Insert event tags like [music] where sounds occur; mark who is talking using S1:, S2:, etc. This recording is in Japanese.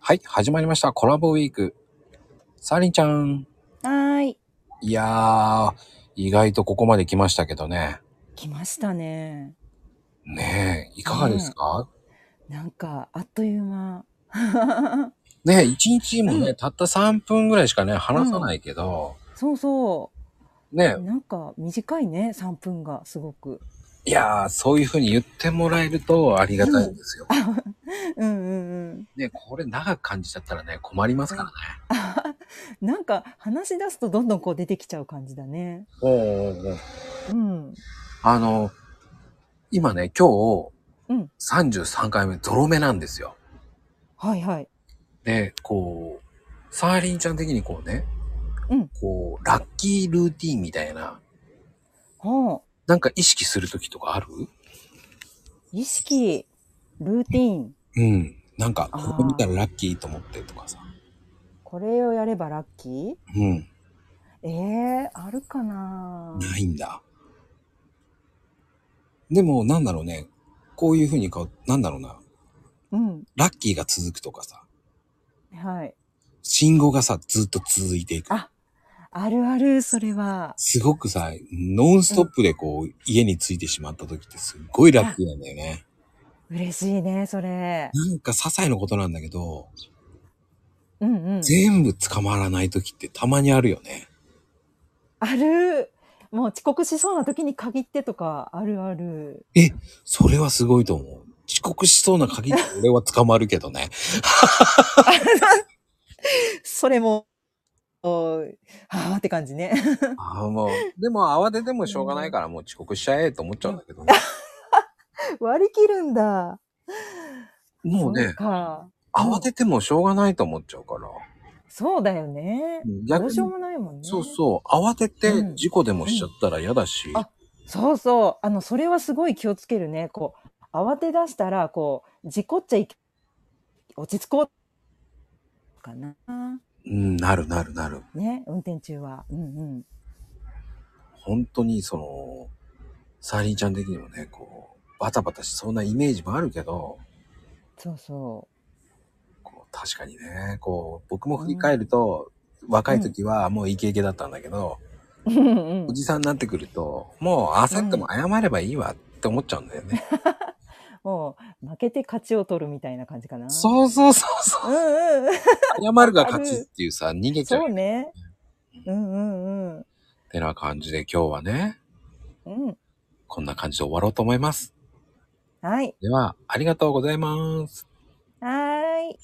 S1: はい、始まりました。コラボウィーク。サーリンちゃん。
S2: はーい。
S1: いやー、意外とここまで来ましたけどね。
S2: 来ましたね。
S1: ねえ、いかがですか、
S2: なんか、あっという間。
S1: ねえ、一日もね、
S2: う
S1: たった3分ぐらいしかね、話さないけど、
S2: そうそ
S1: ね
S2: う。なんか、短いね、3分が、すごく。
S1: え、いやー、そういうふうに言ってもらえるとありがたいんですよ。
S2: うんうんうん。
S1: ねえ、これ長く感じちゃったらね、困りますからね。
S2: なんか、話し出すとどんどんこう出てきちゃう感じだね。
S1: おうおうおう
S2: うん。
S1: あの、今ね、今日、
S2: うん
S1: 33回目、ゾロ目なんですよ。
S2: はいはい。
S1: で、こう、サーリンちゃん的にこうね、
S2: うん
S1: こう、ラッキールーティンみたいな、
S2: はあ。
S1: なんか意識するときとかある
S2: 意識、ルーティン。
S1: うん。なんか、
S2: あー
S1: ここ見たらラッキーと思ってとかさ。
S2: これをやればラッキー
S1: うん。
S2: ええー、あるかな
S1: ないんだ。でも、なんだろうね。こういうふうにこう、なんだろうな。
S2: うん。
S1: ラッキーが続くとかさ。
S2: はい。
S1: 信号がさ、ずっと続いていく。
S2: あ、あるある、それは。
S1: すごくさ、ノンストップでこう、家に着いてしまった時ってすっごいラッキーなんだよね。
S2: 嬉しいね、それ。
S1: なんか些細なことなんだけど、
S2: うんうん。
S1: 全部捕まらない時ってたまにあるよね。
S2: あるもう遅刻しそうな時に限ってとかあるある。
S1: それはすごいと思う。遅刻しそうな限り俺は捕まるけど
S2: [laughs]
S1: ね。
S2: それも、おーはあって感じね。
S1: ああ、もう、でも慌ててもしょうがないからもう遅刻しちゃえと思っちゃうんだけどね。
S2: [laughs] 割り切るんだ。
S1: もう
S2: そう
S1: ね、
S2: か。
S1: 慌ててもしょうがないと思っちゃうから。
S2: そうだよね。ど
S1: 逆
S2: うしよう
S1: に
S2: もないもんね。
S1: そうそう、慌てて
S2: うん
S1: 事故でもしちゃったら嫌だし。
S2: あそうそうあの、それはすごい気をつけるね。こう、慌て出したら、こう、事故っちゃいけ、落ち着こう。かな。
S1: うん、なるなるなる。
S2: ね、運転中は。うんうん。
S1: 本当にその、サーリンちゃん的にもね、こう、バタバタしそうなイメージもあるけど、
S2: そうそ
S1: こう確かにね、こう、僕も振り返ると、若い時はもうイケイケだったんだけど、
S2: う。うんうん
S1: おじさんになってくると、もう焦っても謝ればいいわって思っちゃうんだよね。
S2: もう、負けて勝ちを取るみたいな感じかな。。
S1: そうそうそうそう
S2: うんうん。
S1: う。謝るが勝ちっていうさ、逃げちゃ
S2: [laughs] そううね。うんうんうん。
S1: ってな感じで今日はね、
S2: うん。
S1: こんな感じで終わろうと思います。
S2: はい。
S1: では、ありがとうございます。
S2: はーい。